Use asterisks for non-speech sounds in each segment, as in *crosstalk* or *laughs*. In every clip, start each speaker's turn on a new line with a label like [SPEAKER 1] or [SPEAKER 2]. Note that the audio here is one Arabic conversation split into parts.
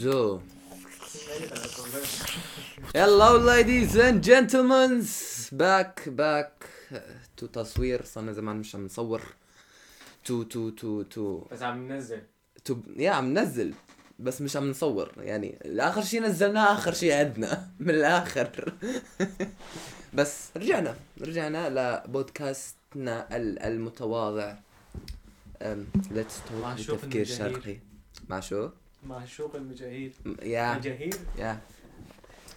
[SPEAKER 1] So. يلا ladies and gentlemen back back تو تصوير صرنا زمان مش عم نصور تو تو تو تو
[SPEAKER 2] بس عم ننزل
[SPEAKER 1] تو يا عم ننزل بس مش عم نصور يعني اخر شيء نزلناه اخر شيء عندنا *laughs* من الاخر *laughs* بس رجعنا رجعنا لبودكاستنا ال- المتواضع ليتس توك
[SPEAKER 2] معشوق
[SPEAKER 1] بتفكير
[SPEAKER 2] المجاهير.
[SPEAKER 1] شرقي مع شو؟
[SPEAKER 2] معشوق المجاهير
[SPEAKER 1] م- يا
[SPEAKER 2] مجاهير
[SPEAKER 1] يا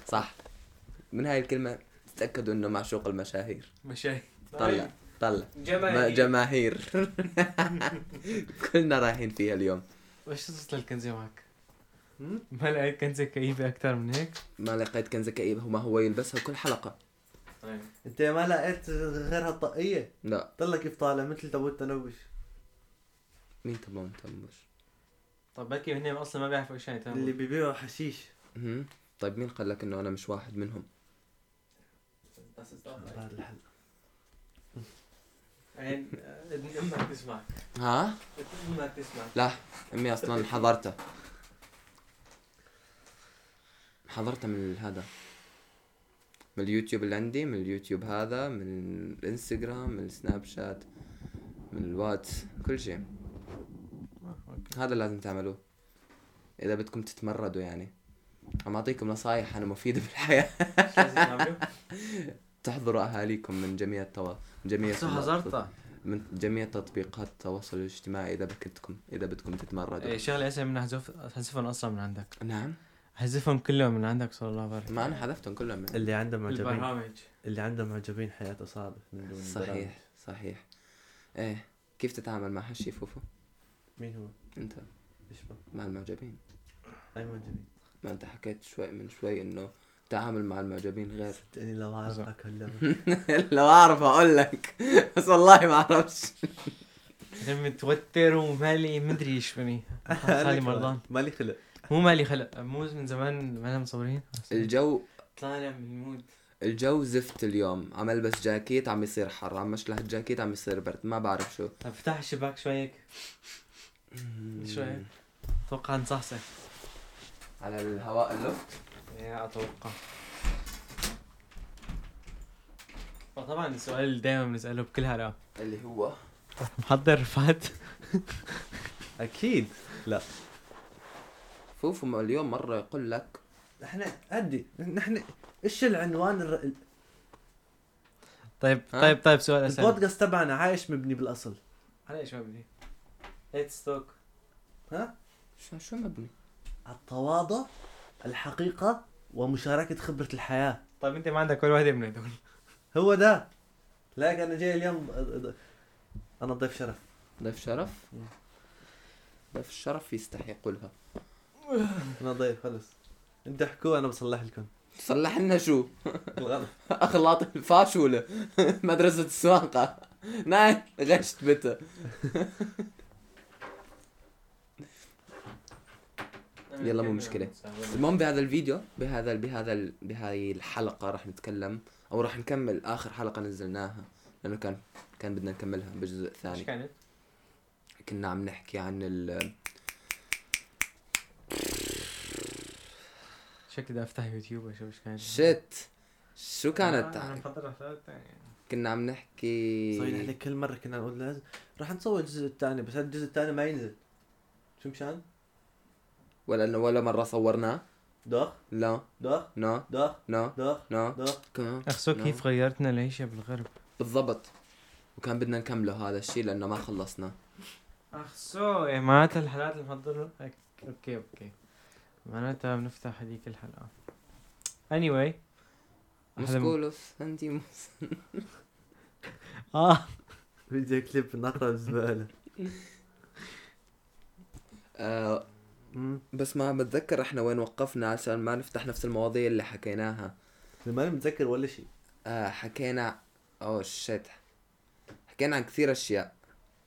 [SPEAKER 1] صح من هاي الكلمة تتأكدوا انه معشوق المشاهير
[SPEAKER 2] مشاهير
[SPEAKER 1] طلع طلع ما-
[SPEAKER 2] جماهير
[SPEAKER 1] جماهير *laughs* كلنا رايحين فيها اليوم
[SPEAKER 2] وش صوت الكنزة معك؟ ما لقيت كنزة كئيبة أكثر من هيك؟
[SPEAKER 1] ما لقيت كنزة كئيبة وما هو يلبسها كل حلقة
[SPEAKER 2] طيب
[SPEAKER 3] انت ما لقيت غير هالطاقية
[SPEAKER 1] لا
[SPEAKER 3] طلع كيف طالع مثل تبوت تنوش
[SPEAKER 1] مين تمام تمش
[SPEAKER 2] طب بلكي هن أصلا ما بيعرفوا إيش يعني
[SPEAKER 3] اللي
[SPEAKER 2] تمام
[SPEAKER 3] بيبيعوا حشيش
[SPEAKER 1] مهم. طيب مين قال لك انه انا مش واحد منهم
[SPEAKER 2] طيب.
[SPEAKER 3] بعد الحلقة.
[SPEAKER 2] عين إذن أمك تسمعك
[SPEAKER 1] ها
[SPEAKER 2] إذن أمك *laughs* تسمعك
[SPEAKER 1] لا امي اصلا حضرتها حضرتها من هذا من اليوتيوب اللي عندي من اليوتيوب هذا من الانستغرام من السناب شات من الواتس كل شيء هذا لازم تعملوه اذا بدكم تتمردوا يعني عم اعطيكم نصايح انا *laughs* مفيده بالحياه
[SPEAKER 2] إيش لازم نعمله؟
[SPEAKER 1] تحضروا اهاليكم من جميع التوا من جميع
[SPEAKER 4] شو حضرتها؟
[SPEAKER 1] من جميع تطبيقات التواصل الاجتماعي اذا بدكم اذا بدكم تتمردوا
[SPEAKER 2] إيه، شغلة أسهل من أحذف أحذفهم أصلا من عندك
[SPEAKER 1] نعم
[SPEAKER 2] أحذفهم كلهم من عندك صلى الله عليه وسلم
[SPEAKER 1] ما انا حذفتهم كلهم يعني.
[SPEAKER 3] اللي عنده معجبين
[SPEAKER 2] البرامج
[SPEAKER 3] اللي عنده معجبين حياته صعبة من دون البرامج.
[SPEAKER 1] صحيح صحيح ايه كيف تتعامل مع هالشي فوفو
[SPEAKER 3] مين هو؟
[SPEAKER 1] انت
[SPEAKER 3] ايش بقى؟
[SPEAKER 1] مع المعجبين
[SPEAKER 3] اي معجبين؟
[SPEAKER 1] ما انت حكيت شوي من شوي انه تعامل مع المعجبين غير *laughs*
[SPEAKER 3] صدقني لو
[SPEAKER 2] *laughs*
[SPEAKER 3] اعرف اكلمك
[SPEAKER 1] لو اعرف اقول لك بس والله ما اعرفش
[SPEAKER 2] أنا متوتر ومالي مدري إيش بني خالي مرضان
[SPEAKER 3] مالي خلق
[SPEAKER 2] مو مالي خلق مو من زمان ما أنا مصورين
[SPEAKER 1] الجو
[SPEAKER 2] طالع من المود
[SPEAKER 1] الجو زفت اليوم عم البس جاكيت عم يصير حر عم اشلح الجاكيت عم يصير برد ما بعرف شو
[SPEAKER 2] طب افتح الشباك شوي هيك شوي اتوقع نصحصح
[SPEAKER 1] على الهواء اللفت
[SPEAKER 2] يا اتوقع طبعا آه، السؤال اللي دايما بنساله بكل حلقه
[SPEAKER 1] اللي هو
[SPEAKER 2] *laughs* محضر فات
[SPEAKER 3] اكيد
[SPEAKER 1] فوفو ما اليوم مره يقول لك
[SPEAKER 3] نحن هدي نحن ايش العنوان الر... ال-
[SPEAKER 2] طيب
[SPEAKER 1] ها؟
[SPEAKER 2] طيب طيب سؤال اسهل
[SPEAKER 3] البودكاست تبعنا عايش مبني بالاصل
[SPEAKER 2] على ايش ما بدي ليتس توك
[SPEAKER 3] ها؟
[SPEAKER 1] شو شو مبني
[SPEAKER 3] على التواضع الحقيقة ومشاركة خبرة الحياة
[SPEAKER 2] طيب انت ما عندك ولا وحده من هدول
[SPEAKER 3] هو ده لاك انا جاي اليوم انا ضيف شرف
[SPEAKER 1] ضيف شرف ضيف الشرف يستحق لها
[SPEAKER 3] انا ضيف خلص انت احكوا انا بصلح لكم
[SPEAKER 1] صلح لنا شو
[SPEAKER 3] الغلط
[SPEAKER 1] اخلاط *laughs* الفاشوله مدرسه السواقه ناي غشت بته يلا، مو مشكلة. المهم بهذا الفيديو بهذا بهذا بهاي الحلقه راح نتكلم او راح نكمل اخر حلقه نزلناها لانه كان كان بدنا نكملها بالجزء
[SPEAKER 2] ايش
[SPEAKER 1] الثاني
[SPEAKER 2] كانت؟
[SPEAKER 1] كنا عم نحكي عن ال
[SPEAKER 2] شكلي بدي افتح يوتيوب واشوف ايش كانت آه،
[SPEAKER 1] شت شو كانت
[SPEAKER 2] انا محضر حلقات ثانيه
[SPEAKER 1] كنا عم نحكي
[SPEAKER 3] صحيح احنا كل مرة كنا نقول لازم راح نصور الجزء الثاني بس هذا الجزء الثاني ما ينزل شو مشان؟
[SPEAKER 1] ولا انه ولا مره صورناه
[SPEAKER 3] ضخ
[SPEAKER 1] لا
[SPEAKER 3] ضخ
[SPEAKER 1] لا
[SPEAKER 3] ضخ
[SPEAKER 1] لا
[SPEAKER 3] ضخ
[SPEAKER 1] لا
[SPEAKER 3] ضخ
[SPEAKER 1] كمان
[SPEAKER 2] اخسو
[SPEAKER 1] لا.
[SPEAKER 2] كيف غيرتنا العيشه بالغرب
[SPEAKER 1] بالضبط وكان بدنا نكمله هذا الشيء لانه ما خلصنا
[SPEAKER 2] اخسو ايه معناتها الحلقات المحضرة أك- اوكي اوكي معناتها بنفتح هذيك الحلقة anyway أحلى من-
[SPEAKER 1] مسكولوس انت
[SPEAKER 2] اه
[SPEAKER 3] فيديو كليب نقرا الزبالة
[SPEAKER 1] آه
[SPEAKER 3] أمم.
[SPEAKER 1] بس ما بتذكر احنا وين وقفنا عشان ما نفتح نفس المواضيع اللي حكيناها
[SPEAKER 3] ماني متذكر ولا شيء
[SPEAKER 1] آه حكينا اوه شيت حكينا عن كثير اشياء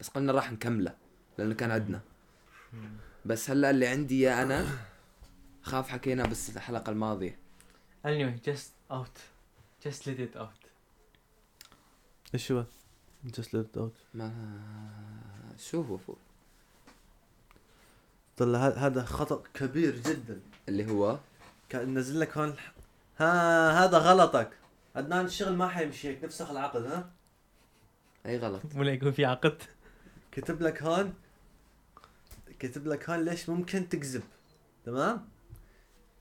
[SPEAKER 1] بس قلنا راح نكمله لانه كان عندنا بس هلا اللي عندي يا انا خاف حكينا بس الحلقه الماضيه
[SPEAKER 2] anyway just out just let it out *laughs*
[SPEAKER 3] ايش هو؟ جست ليت اوت
[SPEAKER 1] ما شو هو فوق
[SPEAKER 3] طلع ه- هذا خطا كبير جدا
[SPEAKER 1] اللي هو
[SPEAKER 3] كان نزل لك هون الح- ها هذا غلطك عدنان الشغل ما حيمشي هيك نفسخ العقد ها
[SPEAKER 1] اي غلط
[SPEAKER 2] ولا يكون في عقد
[SPEAKER 3] كتب لك هون كتب لك هون ليش ممكن تكذب تمام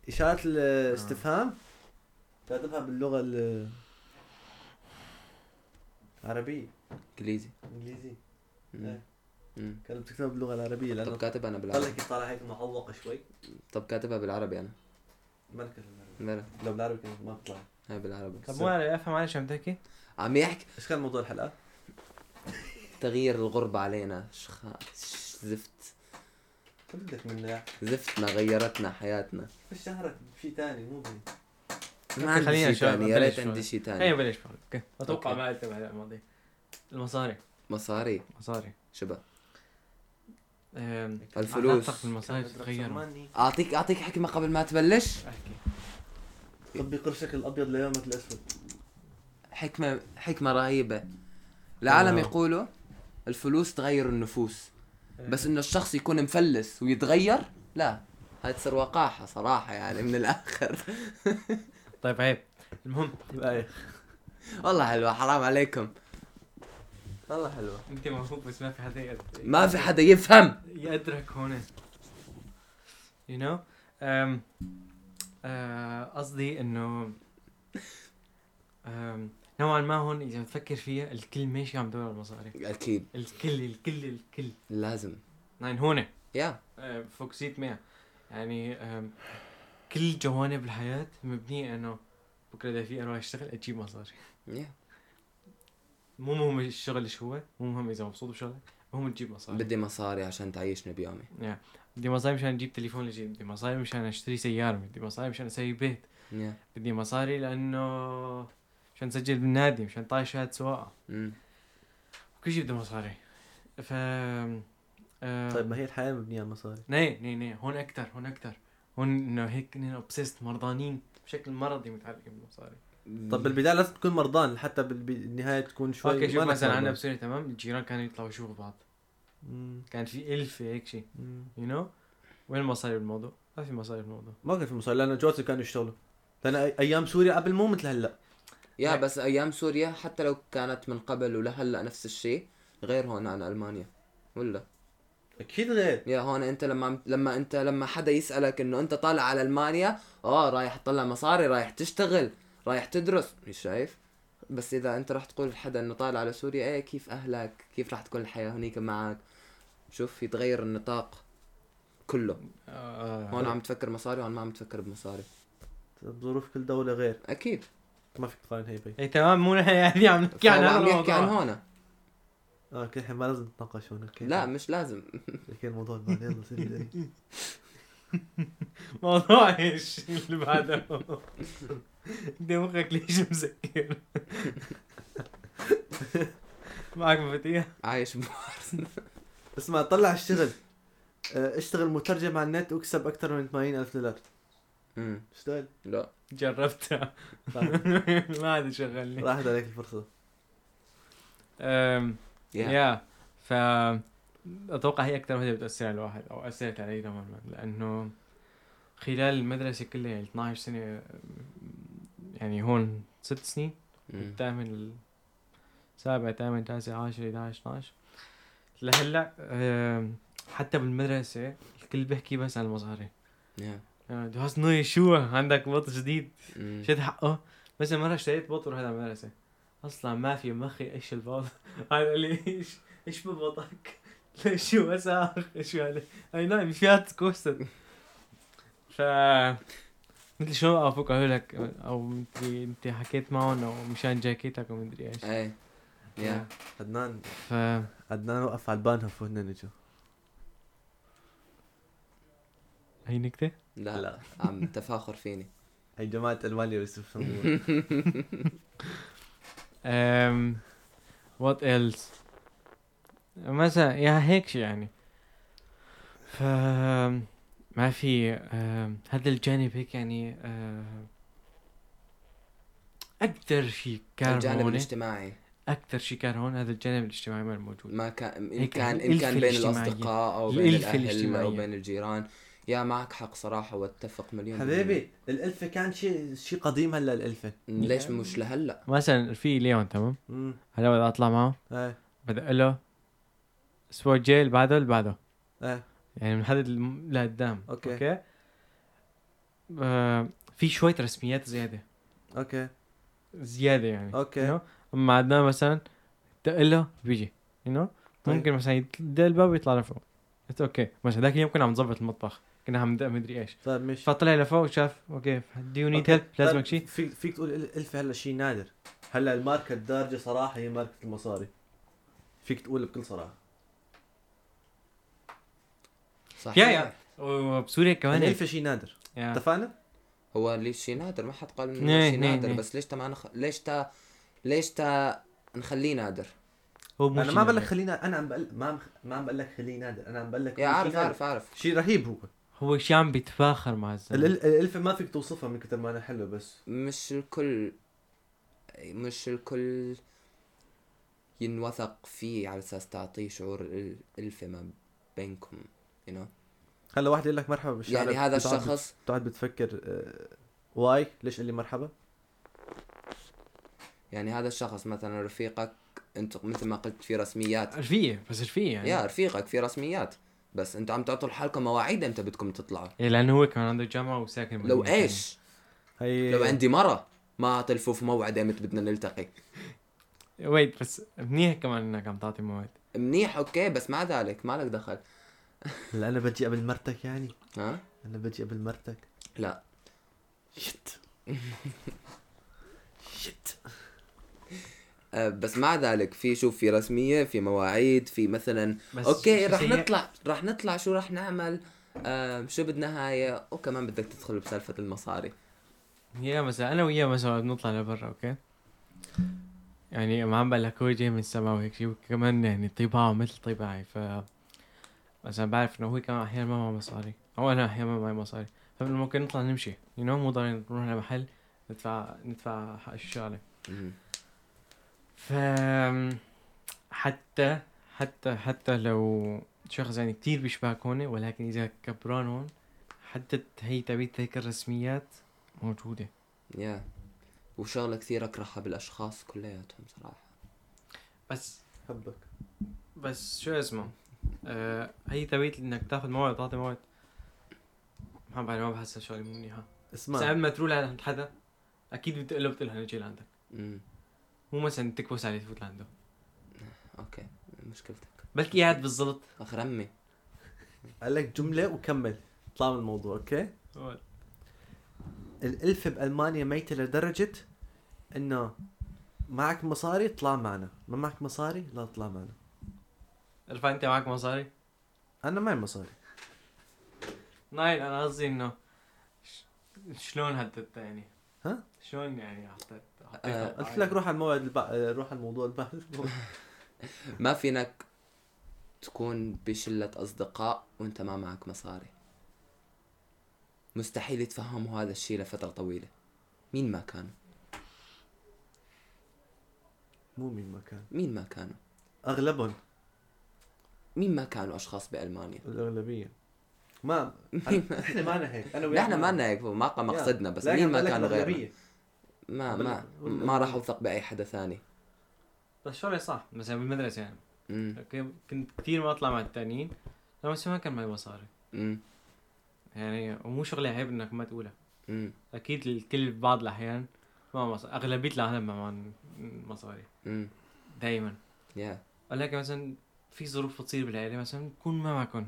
[SPEAKER 3] إشارة
[SPEAKER 1] آه.
[SPEAKER 3] الاستفهام كاتبها باللغة ال- العربية
[SPEAKER 1] انجليزي
[SPEAKER 3] انجليزي
[SPEAKER 1] مم.
[SPEAKER 3] إيه.
[SPEAKER 1] مم.
[SPEAKER 3] كانت بتكتبها باللغة العربية لأنه
[SPEAKER 1] طب كاتب انا
[SPEAKER 3] طلع
[SPEAKER 1] بالعربي
[SPEAKER 3] هيك طالع هيك معوق شوي
[SPEAKER 1] طب كاتبها بالعربي انا
[SPEAKER 3] ما كتبها بالعربي
[SPEAKER 1] ملا
[SPEAKER 3] لو بالعربي كانت ما بتطلع
[SPEAKER 1] هاي بالعربي
[SPEAKER 2] طب مو انا افهم انا شو عم تحكي؟
[SPEAKER 1] عم يحكي
[SPEAKER 3] ايش كان موضوع الحلقة؟
[SPEAKER 1] تغيير الغربة علينا شخا ش- زفت
[SPEAKER 3] شو بدك منا؟
[SPEAKER 1] زفتنا غيرتنا حياتنا
[SPEAKER 3] اشتهرت بشيء ثاني مو بي
[SPEAKER 1] ما عندي
[SPEAKER 2] خلينا
[SPEAKER 1] شيء ثاني يا
[SPEAKER 2] نشوف-
[SPEAKER 1] ريت
[SPEAKER 2] نبلش أيوة.
[SPEAKER 1] عندي شيء
[SPEAKER 2] اي
[SPEAKER 1] ثاني
[SPEAKER 2] بلاش فعلا. اوكي اتوقع
[SPEAKER 1] أوكي.
[SPEAKER 2] ما قلت بهذا الماضي المصاري
[SPEAKER 1] مصاري
[SPEAKER 2] مصاري
[SPEAKER 1] شبه
[SPEAKER 2] أم،
[SPEAKER 1] الفلوس.
[SPEAKER 2] علاقتك بالمصاري تتغير
[SPEAKER 1] اعطيك اعطيك حكي ما قبل ما تبلش
[SPEAKER 2] احكي
[SPEAKER 3] طبي قرشك الابيض ليومك الاسود
[SPEAKER 1] حكمة حكمة رهيبة العالم
[SPEAKER 2] آه. أيوة.
[SPEAKER 1] يقولوا الفلوس تغير النفوس بس انه الشخص يكون مفلس ويتغير لا هاي تصير وقاحة صراحة يعني من الاخر
[SPEAKER 2] طيب عيب المهم
[SPEAKER 1] *laughs*
[SPEAKER 3] طيب،
[SPEAKER 1] والله حلوة حرام عليكم والله حلوة
[SPEAKER 2] انت موهوب بس ما في حدا يقدر-
[SPEAKER 1] ما في حدا يفهم
[SPEAKER 2] يدرك هون يو نو أم، آه، قصدي انه أم، نوعا ما هون اذا بتفكر فيها الكل ماشي عم دور على المصاري
[SPEAKER 1] اكيد
[SPEAKER 2] الكل الكل الكل
[SPEAKER 1] لازم
[SPEAKER 2] يعني هون
[SPEAKER 1] يا
[SPEAKER 2] آه، فوكسيت معها يعني أم، كل جوانب الحياة مبنية انه بكره اذا في اروح اشتغل اجيب مصاري
[SPEAKER 1] يا
[SPEAKER 2] مو مهم الشغل شو هو مو مهم اذا مبسوط بشغلك مهم تجيب مصاري
[SPEAKER 1] بدي مصاري عشان تعيشني بيومي
[SPEAKER 2] يا بدي مصاري مشان اجيب تليفون جديد بدي مصاري مشان اشتري سيارة بدي مصاري مشان اسوي بيت
[SPEAKER 1] يا
[SPEAKER 2] بدي مصاري لانه مشان اسجل بالنادي مشان طاي شهادة سواقة
[SPEAKER 1] أمم.
[SPEAKER 2] كل شيء بده مصاري ف آه،
[SPEAKER 3] طيب ما هي الحياة مبنية على المصاري
[SPEAKER 2] ني ني ني هون اكثر هون اكثر هون انه هيك انه اوبسيست مرضانين بشكل مرضي متعلقين بالمصاري
[SPEAKER 3] طب بالبداية لازم تكون مرضان حتى بالنهاية تكون شوي
[SPEAKER 2] اوكي شوف
[SPEAKER 3] ما
[SPEAKER 2] مثلا
[SPEAKER 3] نكون
[SPEAKER 2] عندنا
[SPEAKER 3] مرضان.
[SPEAKER 2] بسوريا تمام الجيران كانوا يطلعوا يشوفوا بعض
[SPEAKER 3] مم.
[SPEAKER 2] كان في الفه هيك شيء
[SPEAKER 3] مم.
[SPEAKER 2] يو نو وين المصاري بالموضوع؟ ما في مصاري بالموضوع
[SPEAKER 3] ما كان في مصاري لأنه جواتي كانوا يشتغلوا لأن أي- أيام سوريا قبل مو مثل هلا
[SPEAKER 1] يا
[SPEAKER 2] يعني-
[SPEAKER 1] بس ايام سوريا حتى لو كانت من قبل ولهلا نفس الشيء غير هون عن المانيا ولا
[SPEAKER 3] أكيد غير
[SPEAKER 1] يا هون انت لما عم- لما انت لما حدا يسالك انه انت طالع على المانيا اه رايح تطلع مصاري رايح تشتغل رايح تدرس مش شايف بس اذا انت راح تقول لحدا انه طالع على سوريا ايه كيف اهلك كيف راح تكون الحياه هنيك معك شوف يتغير النطاق كله هون عم تفكر مصاري هون ما عم تفكر بمصاري
[SPEAKER 3] ظروف كل دولة غير
[SPEAKER 1] اكيد
[SPEAKER 3] ما فيك تقارن هي بي
[SPEAKER 2] اي تمام مو نحن يعني عم نحكي عن
[SPEAKER 1] فهو
[SPEAKER 2] هذا
[SPEAKER 1] عم يحكي
[SPEAKER 2] الموضوع
[SPEAKER 1] عن هون
[SPEAKER 3] اه كل الحين ما لازم نتناقش هون اوكي
[SPEAKER 1] لا مش لازم
[SPEAKER 3] اوكي الموضوع المالي يلا سيب الدنيا.
[SPEAKER 2] موضوع ايش اللي بعده انت مخك ليش مسكر معك مفاتيح
[SPEAKER 1] عايش *laughs* بمارس
[SPEAKER 3] *laughs* اسمع طلع اشتغل آه، اشتغل مترجم على النت واكسب أكثر من 80 ألف دولار
[SPEAKER 1] أمم،
[SPEAKER 3] اشتغل
[SPEAKER 1] لا
[SPEAKER 2] جربتها
[SPEAKER 3] راحت-
[SPEAKER 2] *laughs* ما عاد شغلني
[SPEAKER 3] راحت عليك الفرصة
[SPEAKER 2] أم،
[SPEAKER 1] يا
[SPEAKER 2] يا ف اتوقع هي اكثر وحده بتاثر على الواحد او اثرت علي نوعا ما لانه خلال المدرسه كلها يعني 12 سنه يعني هون ست سنين
[SPEAKER 1] أمم.
[SPEAKER 2] الثامن السابع ثامن تاسع عاشر 11 12 لهلا آم، حتى بالمدرسه الكل بيحكي بس عن المصاري
[SPEAKER 1] يا
[SPEAKER 2] جواز نوي شو عندك بط جديد
[SPEAKER 1] أمم.
[SPEAKER 2] شد حقه مثلا مره اشتريت بط ورحت على المدرسه اصلا ما في مخي ايش البط *laughs* هذا قال لي ايش ايش ببطك *laughs* شو وساخ شو هذا نعم، اي نايم فيها تكوستد ف مثل شو وقفوك قالوا لك او مدري انت حكيت معهم او مشان جاكيتك او مدري ايش
[SPEAKER 1] ايه يا
[SPEAKER 3] عدنان
[SPEAKER 2] ف
[SPEAKER 3] عدنان وقف على البان فهنا نجوا
[SPEAKER 2] هي نكته
[SPEAKER 1] لا لا عم تفاخر فيني
[SPEAKER 3] هي جماعة المانيا يوسف
[SPEAKER 2] أم وات ايلز مثلا يا هيك شي يعني ف ما في أم، هذا الجانب هيك يعني أم، اكثر شيء كارم
[SPEAKER 1] الجانب
[SPEAKER 2] هون
[SPEAKER 1] الاجتماعي
[SPEAKER 2] اكثر شيء كان هون هذا الجانب الاجتماعي ما موجود
[SPEAKER 1] ما كان ان
[SPEAKER 2] هيك
[SPEAKER 1] كان ان
[SPEAKER 2] الألفة
[SPEAKER 1] كان بين
[SPEAKER 2] إيه، الاجتماعية.
[SPEAKER 1] الاصدقاء او بين
[SPEAKER 2] الألفة
[SPEAKER 1] الاهل
[SPEAKER 2] الاجتماعية.
[SPEAKER 1] او بين الجيران يا معك حق صراحه واتفق مليون بالمية.
[SPEAKER 3] حبيبي الالفه كان شيء شيء قديم هلا الالفه
[SPEAKER 1] ليش مش لهلا
[SPEAKER 2] مثلا في ليون تمام
[SPEAKER 3] امم
[SPEAKER 2] هلا بدي اطلع معه
[SPEAKER 3] ايه
[SPEAKER 2] بدي اقول له الاسبوع الجاي اللي بعده اللي بعده
[SPEAKER 3] ايه
[SPEAKER 2] يعني بنحدد الم- لقدام
[SPEAKER 3] أوكي.
[SPEAKER 2] اوكي آه في شويه رسميات زياده
[SPEAKER 3] اوكي
[SPEAKER 2] زياده يعني
[SPEAKER 3] اوكي
[SPEAKER 2] You know؟ اما عدنان مثلا تقول له بيجي يو نو
[SPEAKER 3] طيب.
[SPEAKER 2] ممكن مثلا يدق الباب ويطلع لفوق قلت اوكي مثلا ذاك اليوم كنا عم نظبط المطبخ كنا عم ندق مدري ايش
[SPEAKER 3] طيب مش
[SPEAKER 2] فطلع لفوق شاف اوكي دو يو نيد
[SPEAKER 3] أوكي. طيب.
[SPEAKER 2] هيلب لازمك شيء
[SPEAKER 3] فيك فيك تقول ال- الفه هلا شيء نادر هلا الماركه الدارجه صراحه هي ماركه المصاري فيك تقول بكل صراحه
[SPEAKER 1] صح
[SPEAKER 2] يا يا وبسوريا كمان هيك.
[SPEAKER 3] الالفه شيء نادر
[SPEAKER 2] يا.
[SPEAKER 3] اتفقنا؟
[SPEAKER 1] هو ليش شيء نادر ما حد قال انه
[SPEAKER 2] نعم،
[SPEAKER 1] شيء
[SPEAKER 2] نعم،
[SPEAKER 1] نادر
[SPEAKER 2] نعم.
[SPEAKER 1] بس ليش تا ما نخ... ليش تا ليش تا نخليه نادر
[SPEAKER 2] هو مو
[SPEAKER 3] انا
[SPEAKER 2] شي يعني.
[SPEAKER 3] ما بقول لك
[SPEAKER 2] نادر.
[SPEAKER 3] خلينا انا عم بقول ما عم ما عم بقول لك خليه نادر انا عم بقول لك
[SPEAKER 1] يا
[SPEAKER 3] هو شيء
[SPEAKER 1] عارف
[SPEAKER 3] نادر.
[SPEAKER 1] عارف عارف
[SPEAKER 3] شيء رهيب هو
[SPEAKER 2] هو شي عم بيتفاخر مع
[SPEAKER 3] ال-
[SPEAKER 2] الزلمه
[SPEAKER 3] ال- الالفه ما فيك توصفها من كثر ما انا حلو بس
[SPEAKER 1] مش الكل مش الكل ينوثق فيه على اساس تعطيه شعور الالفه ما بينكم you know?
[SPEAKER 3] هلا واحد يقول لك مرحبا بالشارع
[SPEAKER 1] يعني هذا
[SPEAKER 3] بتقعد-
[SPEAKER 1] الشخص
[SPEAKER 3] بتقعد بتفكر آه، واي ليش قال لي مرحبا؟
[SPEAKER 1] يعني هذا الشخص مثلا رفيقك انت مثل ما قلت في رسميات
[SPEAKER 2] رفيقه بس رفيقه يعني
[SPEAKER 1] يا رفيقك في رسميات بس انت عم تعطوا لحالكم مواعيد امتى بدكم تطلعوا
[SPEAKER 2] إيه لانه هو كمان عنده جامعه وساكن
[SPEAKER 1] لو
[SPEAKER 2] بمدينة
[SPEAKER 1] ايش
[SPEAKER 3] هي
[SPEAKER 1] لو عندي مره ما اعطي الفوف موعد امتى بدنا نلتقي
[SPEAKER 2] تانية. ويت بس منيح كمان انك عم تعطي مواد
[SPEAKER 1] منيح اوكي بس مع ذلك ما لك دخل
[SPEAKER 3] هلا انا بجي قبل مرتك يعني
[SPEAKER 1] ها
[SPEAKER 3] انا بجي قبل مرتك
[SPEAKER 1] لا
[SPEAKER 3] شت *laughs* شت
[SPEAKER 1] أه، بس مع ذلك في شوف في رسميه في مواعيد في مثلا
[SPEAKER 2] بس
[SPEAKER 1] اوكي
[SPEAKER 2] شي
[SPEAKER 1] رح
[SPEAKER 2] سيء.
[SPEAKER 1] نطلع رح نطلع شو رح نعمل آه شو بدنا هاي وكمان بدك تدخل بسالفه المصاري
[SPEAKER 2] يا مثلا انا وياه مثلا بنطلع لبرا اوكي يعني ما عم بقول لك هو جاي من السما وهيك شيء وكمان يعني طباعه مثل طباعي ف مثلا بعرف انه هو كمان احيانا ما معه مصاري او انا احيانا ما معي مصاري فممكن نطلع نمشي يو نو مو ضروري نروح لمحل ندفع ندفع حق الشغله ف حتى حتى حتى لو شخص يعني كتير بيشبهك هون ولكن اذا كبران هون حتى هي تبعت هيك الرسميات موجوده
[SPEAKER 1] يا وشغله كثير اكرهها بالاشخاص كلياتهم صراحه
[SPEAKER 2] بس
[SPEAKER 3] حبك
[SPEAKER 2] بس شو اسمه آه هي تبعت انك تاخذ موعد تعطي موعد ما بعرف ما بحسها شغله مو منيحه بس قبل
[SPEAKER 3] اسمع
[SPEAKER 2] ما تروح لعند حدا اكيد بتقول له بتقول له نجي لعندك
[SPEAKER 1] امم
[SPEAKER 2] مو مثلا تكبس عليه تفوت لعنده
[SPEAKER 1] اوكي مشكلتك
[SPEAKER 2] بلكي قاعد بالزلط
[SPEAKER 1] اخ رمي
[SPEAKER 3] قال لك جمله وكمل اطلع من الموضوع اوكي الالفه بالمانيا ميته لدرجه انه معك مصاري اطلع معنا ما معك مصاري لا تطلع معنا
[SPEAKER 2] رفع انت معك مصاري
[SPEAKER 3] انا معي مصاري
[SPEAKER 2] ناين انا قصدي انه ش- شلون هددت يعني
[SPEAKER 3] ها؟
[SPEAKER 2] شلون يعني حطيت حطيت
[SPEAKER 1] آه،
[SPEAKER 2] قطعة
[SPEAKER 3] قلت لك
[SPEAKER 2] يعني؟
[SPEAKER 3] روح على الموعد الب... روح على الموضوع البعد
[SPEAKER 1] ما فينك تكون بشله اصدقاء وانت ما معك مصاري مستحيل يتفهموا هذا الشيء لفتره طويله مين ما كانوا
[SPEAKER 3] *laughs* مو مين ما كان
[SPEAKER 1] مين ما كانوا
[SPEAKER 3] اغلبهم
[SPEAKER 1] مين ما كانوا اشخاص بالمانيا
[SPEAKER 3] الاغلبيه *laughs* ما أنا- احنا مانا هيك انا وياك
[SPEAKER 1] نحن ما لنا هيك ما مقصدنا بس
[SPEAKER 3] لكن
[SPEAKER 1] مين ما
[SPEAKER 3] بقول لك
[SPEAKER 1] كانوا غيرنا
[SPEAKER 3] الأغلبية.
[SPEAKER 1] ما
[SPEAKER 3] بال-
[SPEAKER 1] ما
[SPEAKER 3] بال-
[SPEAKER 1] ما راح اوثق باي حدا ثاني
[SPEAKER 2] بس شغله صح مثلا بالمدرسه يعني
[SPEAKER 1] امم
[SPEAKER 2] اوكي كنت كثير ما اطلع مع التانيين لو بس ما كان معي مصاري
[SPEAKER 1] امم
[SPEAKER 2] يعني ومو شغله عيب انك ما تقولها
[SPEAKER 1] امم
[SPEAKER 2] اكيد الكل بعض الاحيان ما مصاري اغلبيه العالم ما معهم مصاري
[SPEAKER 1] امم
[SPEAKER 2] دائما
[SPEAKER 1] يا
[SPEAKER 2] ولكن مثلا في ظروف بتصير بالعائله مثلا تكون ما معكم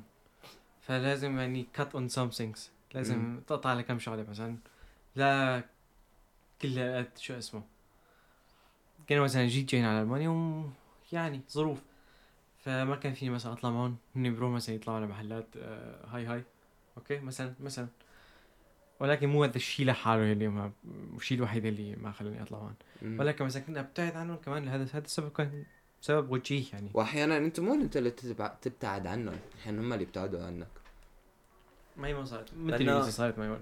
[SPEAKER 2] فلازم يعني cut on some things لازم
[SPEAKER 1] مم.
[SPEAKER 2] تقطع على كم شغله مثلا لا كل هالقد شو اسمه كان مثلا جيت جايين على المانيا و يعني ظروف فما كان فيني مثلا اطلع معهم هن بروح مثلا يطلعوا على محلات آه هاي هاي اوكي مثلا مثلا ولكن مو هذا الشيء لحاله اللي ما الشيء الوحيد اللي ما خلاني اطلع معهم ولكن مثلا كنا ابتعد عنهم كمان لهذا هذا السبب كان سبب وجيه يعني
[SPEAKER 1] واحيانا انت مو انت اللي تتبع- تبتعد عنهم احيانا هم اللي يبتعدوا عنك
[SPEAKER 2] ما هي ما صارت مثل
[SPEAKER 3] لأنه-
[SPEAKER 2] اللي صارت معي ولا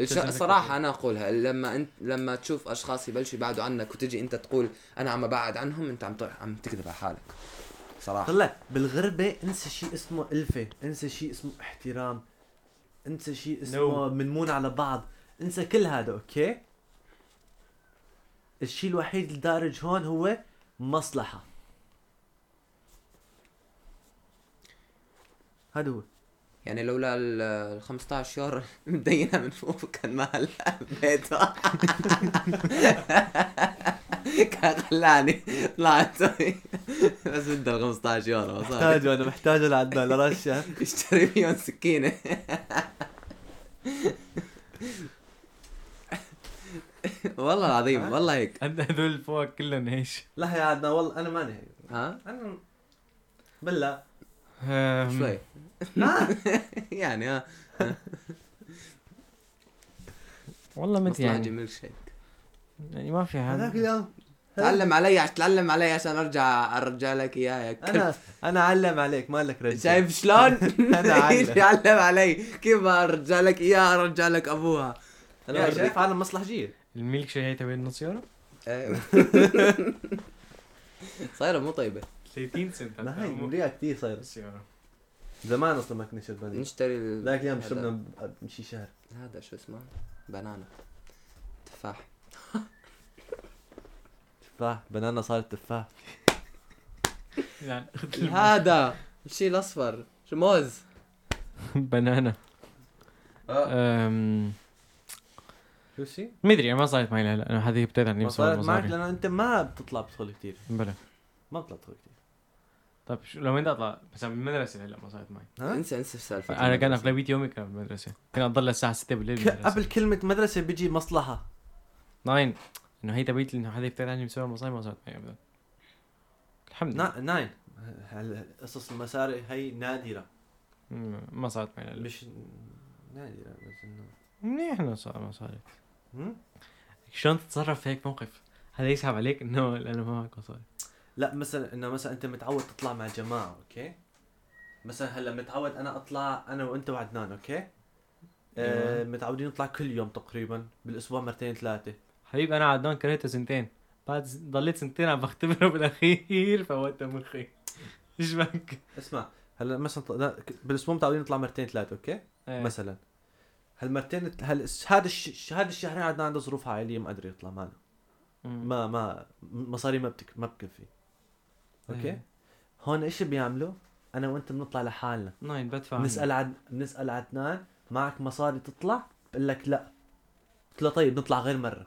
[SPEAKER 1] الش-
[SPEAKER 2] تلزمك
[SPEAKER 1] الصراحة
[SPEAKER 2] بالضبط.
[SPEAKER 1] أنا أقولها لما أنت لما تشوف أشخاص يبلشوا يبعدوا عنك وتجي أنت تقول أنا عم أبعد عنهم أنت عم ت- عم تكذب على حالك صراحة
[SPEAKER 3] طلع بالغربة انسى شيء اسمه ألفة انسى شيء اسمه احترام انسى شيء اسمه no. منمون على بعض انسى كل هذا اوكي الشيء الوحيد الدارج هون هو مصلحة هذا هو
[SPEAKER 1] يعني لولا ال- ال 15 *laughs* يورو مدينها من فوق كان ما هلا بيت *laughs* كان خلاني طلعت بس بدها ال 15 يورو صار
[SPEAKER 3] محتاجه انا محتاجه لعدنان لرشا
[SPEAKER 1] يشتري فيهم سكينة والله العظيم والله هيك
[SPEAKER 2] عندنا هذول فوق كلهم هيش
[SPEAKER 3] *laughs* لا يا عدنان والله انا ماني هيك
[SPEAKER 1] ها
[SPEAKER 3] انا *laughs* بالله
[SPEAKER 2] أم،
[SPEAKER 1] شوي
[SPEAKER 3] آه.
[SPEAKER 1] يعني ها
[SPEAKER 2] والله مت
[SPEAKER 1] مصلحة
[SPEAKER 2] يعني
[SPEAKER 1] ميلك شيك
[SPEAKER 2] يعني ما في
[SPEAKER 3] هذاك
[SPEAKER 2] حدا
[SPEAKER 3] اليوم
[SPEAKER 1] تعلم علي عش تعلم علي عشان ارجع ارجع لك اياها يا كلب.
[SPEAKER 3] انا انا علم عليك مالك رجع *laughs*
[SPEAKER 1] شايف شلون؟
[SPEAKER 3] أنا أعلم.
[SPEAKER 1] يجي *laughs* يعلم علي كيف ارجع لك اياها ارجع لك ابوها *laughs*
[SPEAKER 3] انا شايف عالم مصلحجيه
[SPEAKER 2] الميلك شيك هي تبع نص يورو
[SPEAKER 1] صايره مو طيبه
[SPEAKER 2] 30 سنت
[SPEAKER 3] ما هي مريعه كثير صايره زمان اصلا ما كنا شربانين
[SPEAKER 1] نشتري ال-
[SPEAKER 3] ذاك اليوم
[SPEAKER 1] هذا-
[SPEAKER 3] شربنا ب- ب- شي شهر
[SPEAKER 1] هذا شو اسمه؟ بنانا تفاح
[SPEAKER 3] تفاح بنانا صارت تفاح
[SPEAKER 2] يعني أخذت
[SPEAKER 1] هذا الشيء الاصفر شو موز
[SPEAKER 2] *laughs* بنانا أم،
[SPEAKER 3] شو شي؟
[SPEAKER 2] ما ادري ما صارت معي لهلا انا هذه بتقدر اني
[SPEAKER 3] ما
[SPEAKER 2] بصور
[SPEAKER 3] صارت معك
[SPEAKER 2] مصاري
[SPEAKER 3] لانه انت ما بتطلع بتدخل كثير
[SPEAKER 2] بلا
[SPEAKER 3] ما بتطلع بتدخل كثير
[SPEAKER 2] طيب شو لو وين بدي اطلع مثلا بالمدرسه هلا ما صارت معي
[SPEAKER 3] ها؟
[SPEAKER 1] انسى انسى السالفه
[SPEAKER 2] انا كان اغلبيه يومي كان بالمدرسه كان اضل للساعه 6 بالليل
[SPEAKER 3] ك-
[SPEAKER 2] بالمدرسة.
[SPEAKER 3] قبل كلمة مدرسة بيجي مصلحة
[SPEAKER 2] ناين انه هي تبيت انه حدا يفتر عني بسبب مصاري ما صارت معي ابدا الحمد لله
[SPEAKER 3] نا- ناين هل- قصص المساري هي نادرة
[SPEAKER 2] مم، ما صارت معي لهلا
[SPEAKER 3] مش نادرة بس انه
[SPEAKER 2] منيح انه صار ما صارت
[SPEAKER 3] هم؟
[SPEAKER 2] شلون تتصرف في هيك موقف؟ هذا يسحب عليك انه لانه ما معك مصاري
[SPEAKER 3] لا مثلا انه مثلا انت متعود تطلع مع جماعه اوكي مثلا هلا متعود انا اطلع انا وانت وعدنان اوكي آه
[SPEAKER 2] أيوة.
[SPEAKER 3] متعودين نطلع كل يوم تقريبا بالاسبوع مرتين ثلاثه
[SPEAKER 2] حبيب انا عدنان كرهته سنتين بعد س- ضليت سنتين عم بختبره *laughs* بالاخير فوت مخي ايش بك؟
[SPEAKER 3] اسمع هلا مثلا طلع- لا، ك- بالاسبوع متعودين نطلع مرتين ثلاثه اوكي
[SPEAKER 2] إيه.
[SPEAKER 3] مثلا هالمرتين هل هذا الش... هذا الشهرين عدنان عنده ظروف عائليه ما قدر يطلع معنا
[SPEAKER 2] مم.
[SPEAKER 3] ما ما مصاري ما بتك... ما بكفي اوكي
[SPEAKER 2] إيه.
[SPEAKER 3] هون ايش بيعملوا انا وانت بنطلع لحالنا
[SPEAKER 2] ناين بدفع عنه.
[SPEAKER 3] بنسال عد... بنسال عدنان معك مصاري تطلع؟ بقول لك لا قلت له طيب نطلع غير مره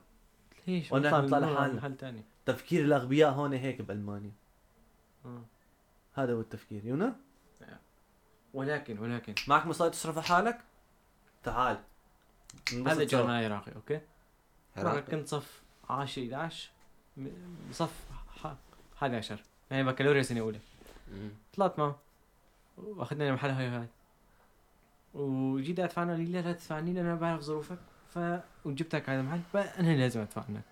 [SPEAKER 2] ليش؟
[SPEAKER 3] وأنا
[SPEAKER 2] بنطلع
[SPEAKER 3] بنطلع
[SPEAKER 2] من مرة
[SPEAKER 3] لحالنا.
[SPEAKER 2] على محل ثاني
[SPEAKER 3] تفكير الاغبياء هون هيك بالمانيا هذا هو التفكير يونا
[SPEAKER 2] ولكن ولكن
[SPEAKER 3] معك مصاري تصرف حالك تعال
[SPEAKER 2] هذا
[SPEAKER 3] ننبسط سوا.
[SPEAKER 2] جو معي عراقي اوكي؟ انا كنت صف 10 11 م- صف ح- 11 يعني بكالوريا سنه اولى
[SPEAKER 1] مم.
[SPEAKER 2] طلعت معه واخذنا محل هاي هاي وجيت ادفع عنه لي لا لا تدفع عني لأن انا بعرف ظروفك ف وجبتك على المحل فانا لازم ادفع عنك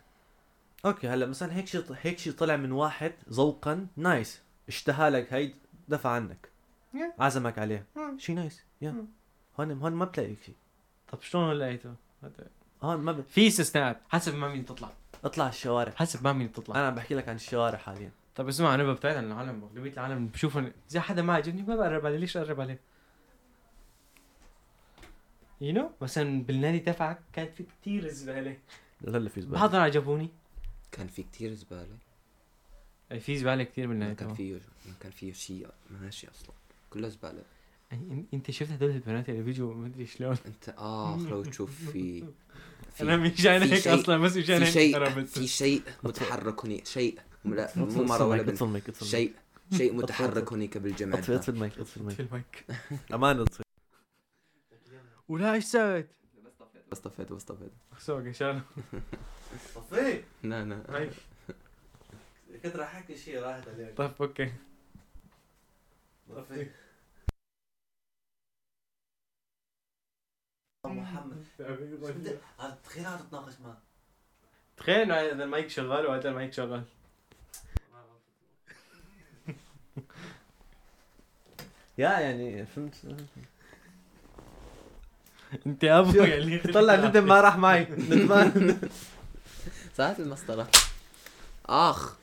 [SPEAKER 3] اوكي هلا مثلا هيك شيء هيك شيء طلع من واحد ذوقا نايس اشتهى لك هي دفع عنك
[SPEAKER 2] Yeah.
[SPEAKER 3] عزمك عليه
[SPEAKER 2] Mm.
[SPEAKER 3] شيء نايس يا
[SPEAKER 2] Mm.
[SPEAKER 3] هون هون ما بتلاقي شيء
[SPEAKER 2] طب شلون لقيته؟ هذا-
[SPEAKER 3] هون ما ب...
[SPEAKER 2] في استثناءات حسب مع مين تطلع
[SPEAKER 3] اطلع الشوارع
[SPEAKER 2] حسب مع مين تطلع
[SPEAKER 3] انا عم بحكي لك عن الشوارع حاليا
[SPEAKER 2] طب اسمع انا ببتعد عن العالم اغلبيه العالم بشوفهم اذا حدا ما عجبني ما بقرب عليه ليش اقرب عليه؟ يو نو مثلا بالنادي تبعك كان في كثير زباله
[SPEAKER 3] هلا في زبالة.
[SPEAKER 2] بعضهم عجبوني
[SPEAKER 1] كان في كتير زباله
[SPEAKER 2] أي في زباله كثير
[SPEAKER 1] ما
[SPEAKER 2] بالنادي
[SPEAKER 1] كان
[SPEAKER 2] تبعك
[SPEAKER 1] فيه ما كان فيه شيء ماشي اصلا كله زباله
[SPEAKER 2] أي- انت شفت هدول البنات اللي بيجوا ما ادري شلون
[SPEAKER 1] انت اخ لو آه، تشوف في في-
[SPEAKER 2] انا مش جاي
[SPEAKER 1] في
[SPEAKER 2] هيك
[SPEAKER 1] شيء-
[SPEAKER 2] اصلا بس مش جاي
[SPEAKER 1] في
[SPEAKER 2] هيك
[SPEAKER 1] شيء
[SPEAKER 2] قربت
[SPEAKER 1] في شيء متحرك هناك شيء لا مو
[SPEAKER 3] اطفي
[SPEAKER 1] مره ولا
[SPEAKER 3] الصوت،
[SPEAKER 1] بنت
[SPEAKER 3] اطفي الميك اطفي الميك.
[SPEAKER 1] شيء شيء
[SPEAKER 3] أطفي-
[SPEAKER 1] متحرك
[SPEAKER 3] أطفي.
[SPEAKER 1] هناك بالجمال
[SPEAKER 3] اطفي اطفي الميك اطفي الميك
[SPEAKER 1] *laughs*
[SPEAKER 2] في المايك
[SPEAKER 3] امان اطفي
[SPEAKER 2] ولا ايش سويت؟
[SPEAKER 1] بس طفيت بس طفيت
[SPEAKER 2] خسوق ان شاء الله
[SPEAKER 3] اطفي
[SPEAKER 1] لا
[SPEAKER 2] *laughs*
[SPEAKER 1] لا
[SPEAKER 2] هاي.
[SPEAKER 3] كنت راح احكي شيء راحت عليك
[SPEAKER 2] طيب اوكي
[SPEAKER 1] *laughs*
[SPEAKER 3] اطفي محمد شو بدك- هذا تخيل هذا تتناقش معه
[SPEAKER 2] تخيل إنه هذا المايك شغال وهذا المايك شغال
[SPEAKER 3] يا يعني فهمت
[SPEAKER 2] انت ابو
[SPEAKER 3] شوف،
[SPEAKER 2] يعني *laughs*
[SPEAKER 3] طلع ندم ما راح *laughs* معي ندمان
[SPEAKER 1] *laughs* ساعات المسطرة اخ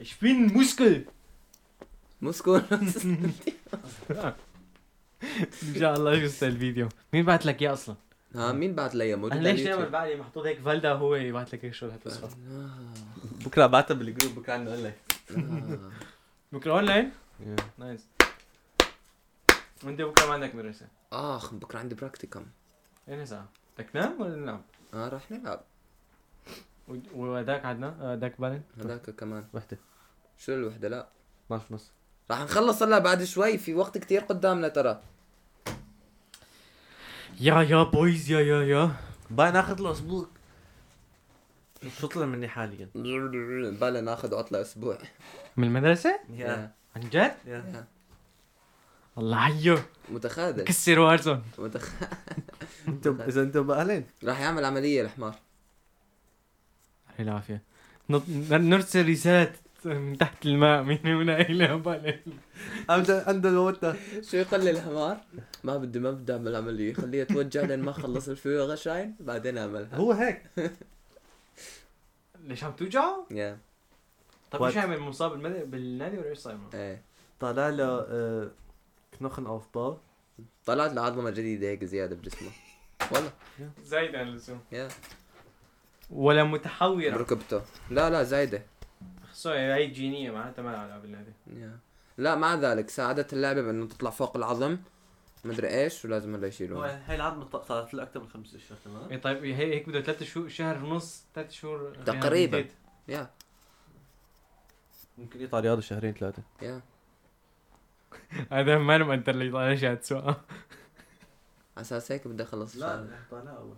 [SPEAKER 2] ايش بين مشكل
[SPEAKER 1] مسكون
[SPEAKER 2] ان شاء الله يوصل الفيديو مين بعت لك اياه اصلا؟
[SPEAKER 1] ها مين بعت لي موجود
[SPEAKER 2] انا
[SPEAKER 1] على
[SPEAKER 2] ليش دائما
[SPEAKER 1] اليوتيوب؟
[SPEAKER 2] بعد محطوط هيك فلدا هو يبعت لك هيك شغل هتوصل
[SPEAKER 3] بكره بعتها بالجروب بكره عنا اقول لك
[SPEAKER 1] آه.
[SPEAKER 2] بكره اونلاين؟ نايس وانت بكره ما عندك مدرسه
[SPEAKER 1] اخ بكره آه. عندي براكتيكم
[SPEAKER 2] اين ساعه؟ بدك تنام ولا نلعب؟
[SPEAKER 1] اه راح نلعب
[SPEAKER 2] و- وهداك عدنان هداك بالن
[SPEAKER 1] هذاك كمان
[SPEAKER 3] وحده
[SPEAKER 1] شو الوحده لا
[SPEAKER 3] 12 ونص
[SPEAKER 1] راح نخلص هلا بعد شوي في وقت كتير قدامنا ترى *laughs*
[SPEAKER 2] يا يا بويز يا يا يا
[SPEAKER 3] باي ناخذ له اسبوع شو طلع مني حاليا
[SPEAKER 1] بلا ناخذ عطله اسبوع
[SPEAKER 2] من المدرسه؟
[SPEAKER 1] يا.
[SPEAKER 2] عن جد؟
[SPEAKER 3] يا
[SPEAKER 1] يا.
[SPEAKER 2] الله حيو
[SPEAKER 1] متخاذل
[SPEAKER 2] كسر وارزون
[SPEAKER 1] متخ...
[SPEAKER 3] انتم اذا انتم بقالين
[SPEAKER 1] راح يعمل عمليه الحمار
[SPEAKER 2] يعطيه العافيه نط- ن- نرسل رسالة من تحت الماء *laughs* من هنا إلى بالن
[SPEAKER 3] امجد عند الموتى
[SPEAKER 1] شو يقول الحمار ما بدي ما بدي اعمل عمليه خليه يتوجع لين ما خلص الفيو غشاين بعدين اعملها
[SPEAKER 3] هو هيك
[SPEAKER 2] ليش عم توجعه؟
[SPEAKER 1] يا
[SPEAKER 2] طيب
[SPEAKER 3] What?
[SPEAKER 2] ايش عامل مصاب بالمد- بالنادي ولا ايش صاير معه؟
[SPEAKER 1] ايه
[SPEAKER 3] طلع له آه، كنوخن اوف بار
[SPEAKER 1] طلعت له عظمه جديده هيك زياده بجسمه والله
[SPEAKER 2] زايد عن اللزوم
[SPEAKER 1] يا
[SPEAKER 2] ولا متحورة
[SPEAKER 1] بركبته لا لا زايده
[SPEAKER 2] خصوصا هي جينية معناتها ما لها علاقة بالنادي
[SPEAKER 1] يا. لا مع ذلك ساعدت اللعبه بانه تطلع فوق العظم مدري ايش ولازم هلا يشيلوها
[SPEAKER 3] هاي العظمه طلعت له اكثر من خمس اشهر كمان
[SPEAKER 2] إيه طيب هي هيك بده ثلاث شهور شهر ونص ثلاث شهور
[SPEAKER 1] تقريباً.
[SPEAKER 2] ريهابيليت.
[SPEAKER 1] يا
[SPEAKER 3] ممكن يطلع رياضه شهرين ثلاثه
[SPEAKER 1] يا
[SPEAKER 2] هذا ما انا مقدر لي طالع شهر سوا
[SPEAKER 1] اساس هيك بدي اخلص الشغل.
[SPEAKER 3] لا طالع اول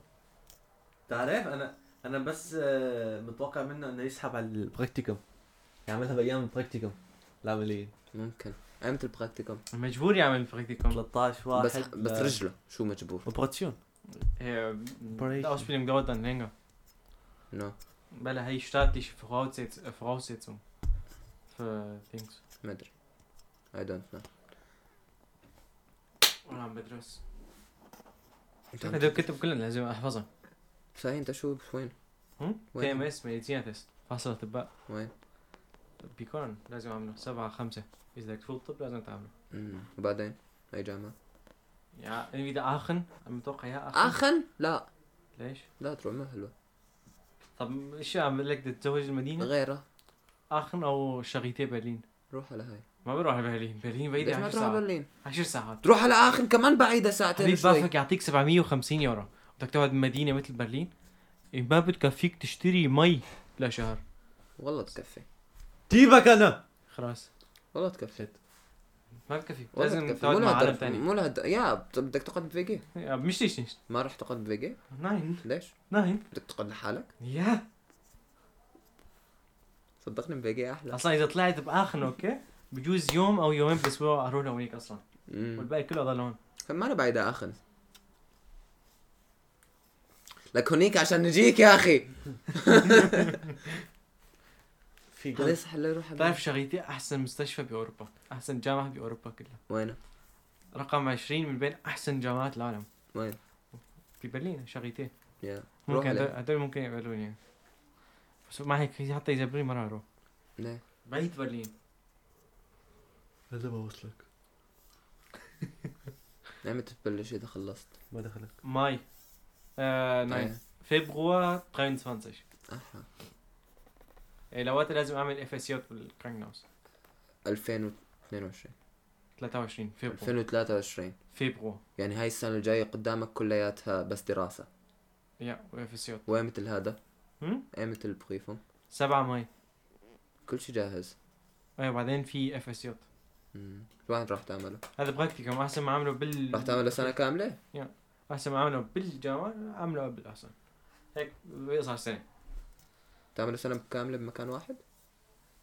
[SPEAKER 3] تعرف انا انا بس آه، متوقع منه انه يسحب على البراكتيكم يعملها بايام البراكتيكم العمليه
[SPEAKER 1] ممكن امتى البراكتيكم
[SPEAKER 2] مجبور يعمل فريقكم
[SPEAKER 3] 13 واحد آه،
[SPEAKER 1] بس بس رجله شو مجبور
[SPEAKER 3] اوبراتسيون
[SPEAKER 2] إيه، ده اوسبيلينج دوت dann länger
[SPEAKER 1] نو
[SPEAKER 2] Weil er hey staatliche Voraussetz äh, Voraussetzung für Dings.
[SPEAKER 1] ما ادري اي دونت
[SPEAKER 3] *laughs*
[SPEAKER 1] نو
[SPEAKER 2] وانا عم بدرس هدول الكتب كلهم لازم احفظها
[SPEAKER 1] طيب. صحيح انت شو وين
[SPEAKER 2] تي ام اس ميديسين تيست فاصل اطباء
[SPEAKER 1] وين
[SPEAKER 2] بيكون لازم اعمله سبعة خمسة اذا بدك تفوت طب لازم تعمله
[SPEAKER 1] أمم. وبعدين اي جامعه
[SPEAKER 2] يا اذا اخن عم متوقع يا اخن
[SPEAKER 1] اخن لا
[SPEAKER 2] ليش؟
[SPEAKER 1] لا تروح ما حلوه
[SPEAKER 2] طب ايش عم لك بدك تتزوج المدينة؟
[SPEAKER 1] غيرها
[SPEAKER 2] اخن او شريتي برلين
[SPEAKER 1] روح على هاي
[SPEAKER 2] ما بروح على برلين برلين بعيدة
[SPEAKER 1] ليش ما
[SPEAKER 2] 10
[SPEAKER 1] تروح على
[SPEAKER 2] ساعات
[SPEAKER 1] برلين
[SPEAKER 2] 10 ساعات
[SPEAKER 1] تروح على اخن كمان بعيده ساعتين
[SPEAKER 2] حبيب
[SPEAKER 1] شوي
[SPEAKER 2] بافك يعطيك 750 يورو بدك تقعد بمدينة مثل برلين ما بتكفيك تشتري مي لشهر
[SPEAKER 1] والله تكفي
[SPEAKER 3] جيبك انا
[SPEAKER 2] خلاص
[SPEAKER 1] والله تكفي
[SPEAKER 2] ما بتكفي
[SPEAKER 1] والله
[SPEAKER 2] لازم
[SPEAKER 1] تكفي مو
[SPEAKER 2] تقعد مع عالم
[SPEAKER 1] لهالدرجه
[SPEAKER 2] ثاني
[SPEAKER 1] مو لهالدرجه يا بت- بدك تقعد بفيجي
[SPEAKER 2] مش ليش ليش
[SPEAKER 1] ما راح تقعد بفيجي
[SPEAKER 2] ناين
[SPEAKER 1] ليش
[SPEAKER 2] ناين
[SPEAKER 1] بدك تقعد لحالك
[SPEAKER 2] يا
[SPEAKER 1] صدقني بفيجي احلى
[SPEAKER 2] اصلا اذا طلعت باخن اوكي بجوز يوم او يومين بالاسبوع اروح لهونيك اصلا
[SPEAKER 1] أمم.
[SPEAKER 2] والباقي كله ضل هون
[SPEAKER 1] ما انا بعيده اخن لك هنيك عشان نجيك يا اخي
[SPEAKER 3] في جول
[SPEAKER 1] خلص حلا روح على
[SPEAKER 2] بتعرف شغلتي احسن مستشفى باوروبا احسن جامعه باوروبا كلها
[SPEAKER 1] وين
[SPEAKER 2] رقم 20 من بين احسن جامعات العالم
[SPEAKER 1] وين
[SPEAKER 2] في برلين شغلتي
[SPEAKER 1] يا روح
[SPEAKER 2] ممكن هدول-
[SPEAKER 1] عليه
[SPEAKER 2] هدول ممكن يقبلوني يعني. بس مع هيك حتى يجبروني ما راح اروح
[SPEAKER 1] ليه؟
[SPEAKER 2] بعيد برلين
[SPEAKER 3] هذا بوصلك
[SPEAKER 1] امتى نعم، تبلش اذا خلصت
[SPEAKER 3] ما دخلك
[SPEAKER 2] ماي آه
[SPEAKER 1] إيه.
[SPEAKER 2] ناين فبراير 23
[SPEAKER 1] احا
[SPEAKER 2] إيه، لوقتها لازم اعمل اف اس يوت بالكرانكناوس
[SPEAKER 1] 2022
[SPEAKER 2] 23 فبراير
[SPEAKER 1] 2023
[SPEAKER 2] فبراير
[SPEAKER 1] يعني هاي السنه الجايه قدامك كلياتها بس دراسه
[SPEAKER 2] يا وإف اس يوت
[SPEAKER 1] وين مثل هذا
[SPEAKER 2] هم؟
[SPEAKER 1] اي مثل بخيفهم
[SPEAKER 2] 7 ماي
[SPEAKER 1] كل شيء جاهز
[SPEAKER 2] ايوه بعدين في اف اس يوت
[SPEAKER 1] أمم. شو واحد راح تعمله
[SPEAKER 2] هذا براكتيكم احسن ما اعمله بال
[SPEAKER 1] راح تعمله سنه كامله
[SPEAKER 2] احسن ما اعمله بالجامعه اعمله قبل احسن هيك بيصير سنه
[SPEAKER 1] تعمله سنه كامله بمكان واحد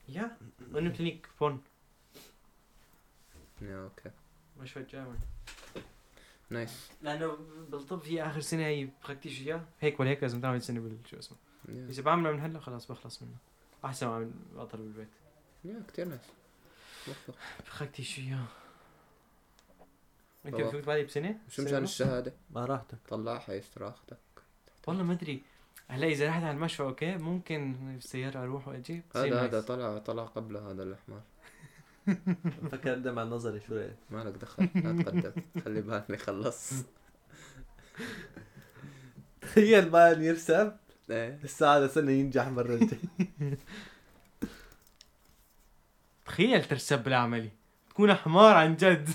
[SPEAKER 2] يا انه كلينيك بون
[SPEAKER 1] يا اوكي
[SPEAKER 2] مش يعني. في الجامعه
[SPEAKER 1] نايس
[SPEAKER 2] لانه بالطب في اخر سنه هي براكتيشيا هيك ولا هيك لازم تعمل سنه بال شو اسمه
[SPEAKER 1] يا.
[SPEAKER 2] اذا بعمله من هلا خلاص بخلص منه احسن ما أعمل- اطلع بالبيت
[SPEAKER 1] يا كتير نايس موفق
[SPEAKER 2] براكتيشيا انت
[SPEAKER 1] بابا.
[SPEAKER 2] شفت بعدي بسنه؟
[SPEAKER 1] شو
[SPEAKER 2] بسنة
[SPEAKER 1] مشان
[SPEAKER 2] ونص؟
[SPEAKER 1] الشهادة؟
[SPEAKER 3] ما راحتك
[SPEAKER 1] طلعها يستراحتك
[SPEAKER 2] والله ما ادري هلا اذا رحت على المشفى اوكي ممكن بالسياره اروح واجي بصير
[SPEAKER 1] هذا
[SPEAKER 2] معي.
[SPEAKER 1] هذا طلع طلع قبل هذا الحمار
[SPEAKER 3] *laughs* فكر قدام على نظري شو رايك؟
[SPEAKER 1] مالك دخل لا تقدم خلي بالي خلص
[SPEAKER 3] تخيل باين يرسم
[SPEAKER 1] ايه
[SPEAKER 3] الساعة على سنة ينجح مرتين *laughs*
[SPEAKER 2] تخيل ترسب بالعملي تكون حمار عن جد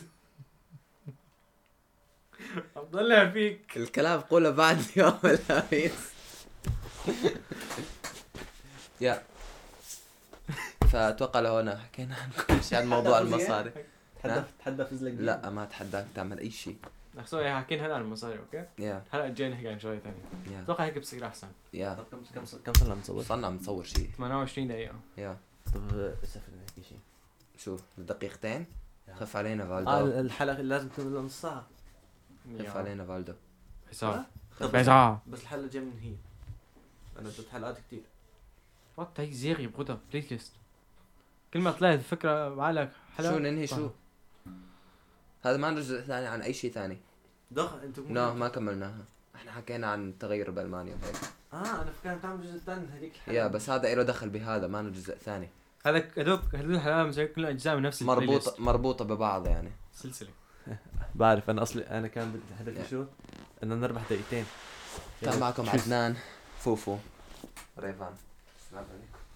[SPEAKER 2] *laughs* عم ضلع فيك
[SPEAKER 1] الكلام قوله بعد *laughs* يوم الخميس يا فاتوقع لهنا حكينا عن كل شيء عن *laughs* موضوع المصاري
[SPEAKER 3] تحدى تحدى فزلك
[SPEAKER 1] لا ما اتحداك تعمل اي شيء
[SPEAKER 2] نحسوي حاكيين هلا عن المصاري اوكي
[SPEAKER 1] يا
[SPEAKER 2] الحلقه الجايه نحكي عن شغله ثانيه
[SPEAKER 1] يا
[SPEAKER 2] اتوقع هيك بصير احسن
[SPEAKER 1] يا
[SPEAKER 3] طب كم كم كم صار مصور؟
[SPEAKER 1] وصلنا مصور شيء
[SPEAKER 2] 28 دقيقه
[SPEAKER 1] يا
[SPEAKER 3] طب آه، اسف إني هيك شيء
[SPEAKER 1] شو دقيقتين
[SPEAKER 3] يا.
[SPEAKER 1] خف علينا
[SPEAKER 3] اه
[SPEAKER 1] فالدو
[SPEAKER 3] الحلقة لازم تكون نص ساعة
[SPEAKER 1] خف علينا فالدو
[SPEAKER 2] حساب
[SPEAKER 3] طب
[SPEAKER 2] حساب
[SPEAKER 3] بس الحلقة الجاية من هي انا شفت حلقات كثير
[SPEAKER 2] وات هي زيغي بغدا بلاي ليست كل ما طلعت فكره بعلك حلقه
[SPEAKER 1] شو ننهي
[SPEAKER 2] طيب.
[SPEAKER 1] شو هذا ما نرجع ثاني عن اي شيء ثاني
[SPEAKER 3] دخ انت ممكن-
[SPEAKER 1] لا ما كملناها احنا حكينا عن التغير بالمانيا وهيك
[SPEAKER 3] اه انا فكرت عم جزء ثاني من هذيك الحلقة
[SPEAKER 1] يا بس هذا له دخل بهذا ما له جزء ثاني
[SPEAKER 2] هذاك هذوك هذول الحلقات مسوي كل اجزاء من نفس البلاي ليست.
[SPEAKER 1] مربوطه مربوطه ببعض يعني
[SPEAKER 2] سلسله
[SPEAKER 3] بعرف انا اصلي انا كان بد- هدفي شو؟ انه نربح دقيقتين
[SPEAKER 1] كان معكم
[SPEAKER 3] شو-
[SPEAKER 1] عدنان فوفو ريفان السلام عليكم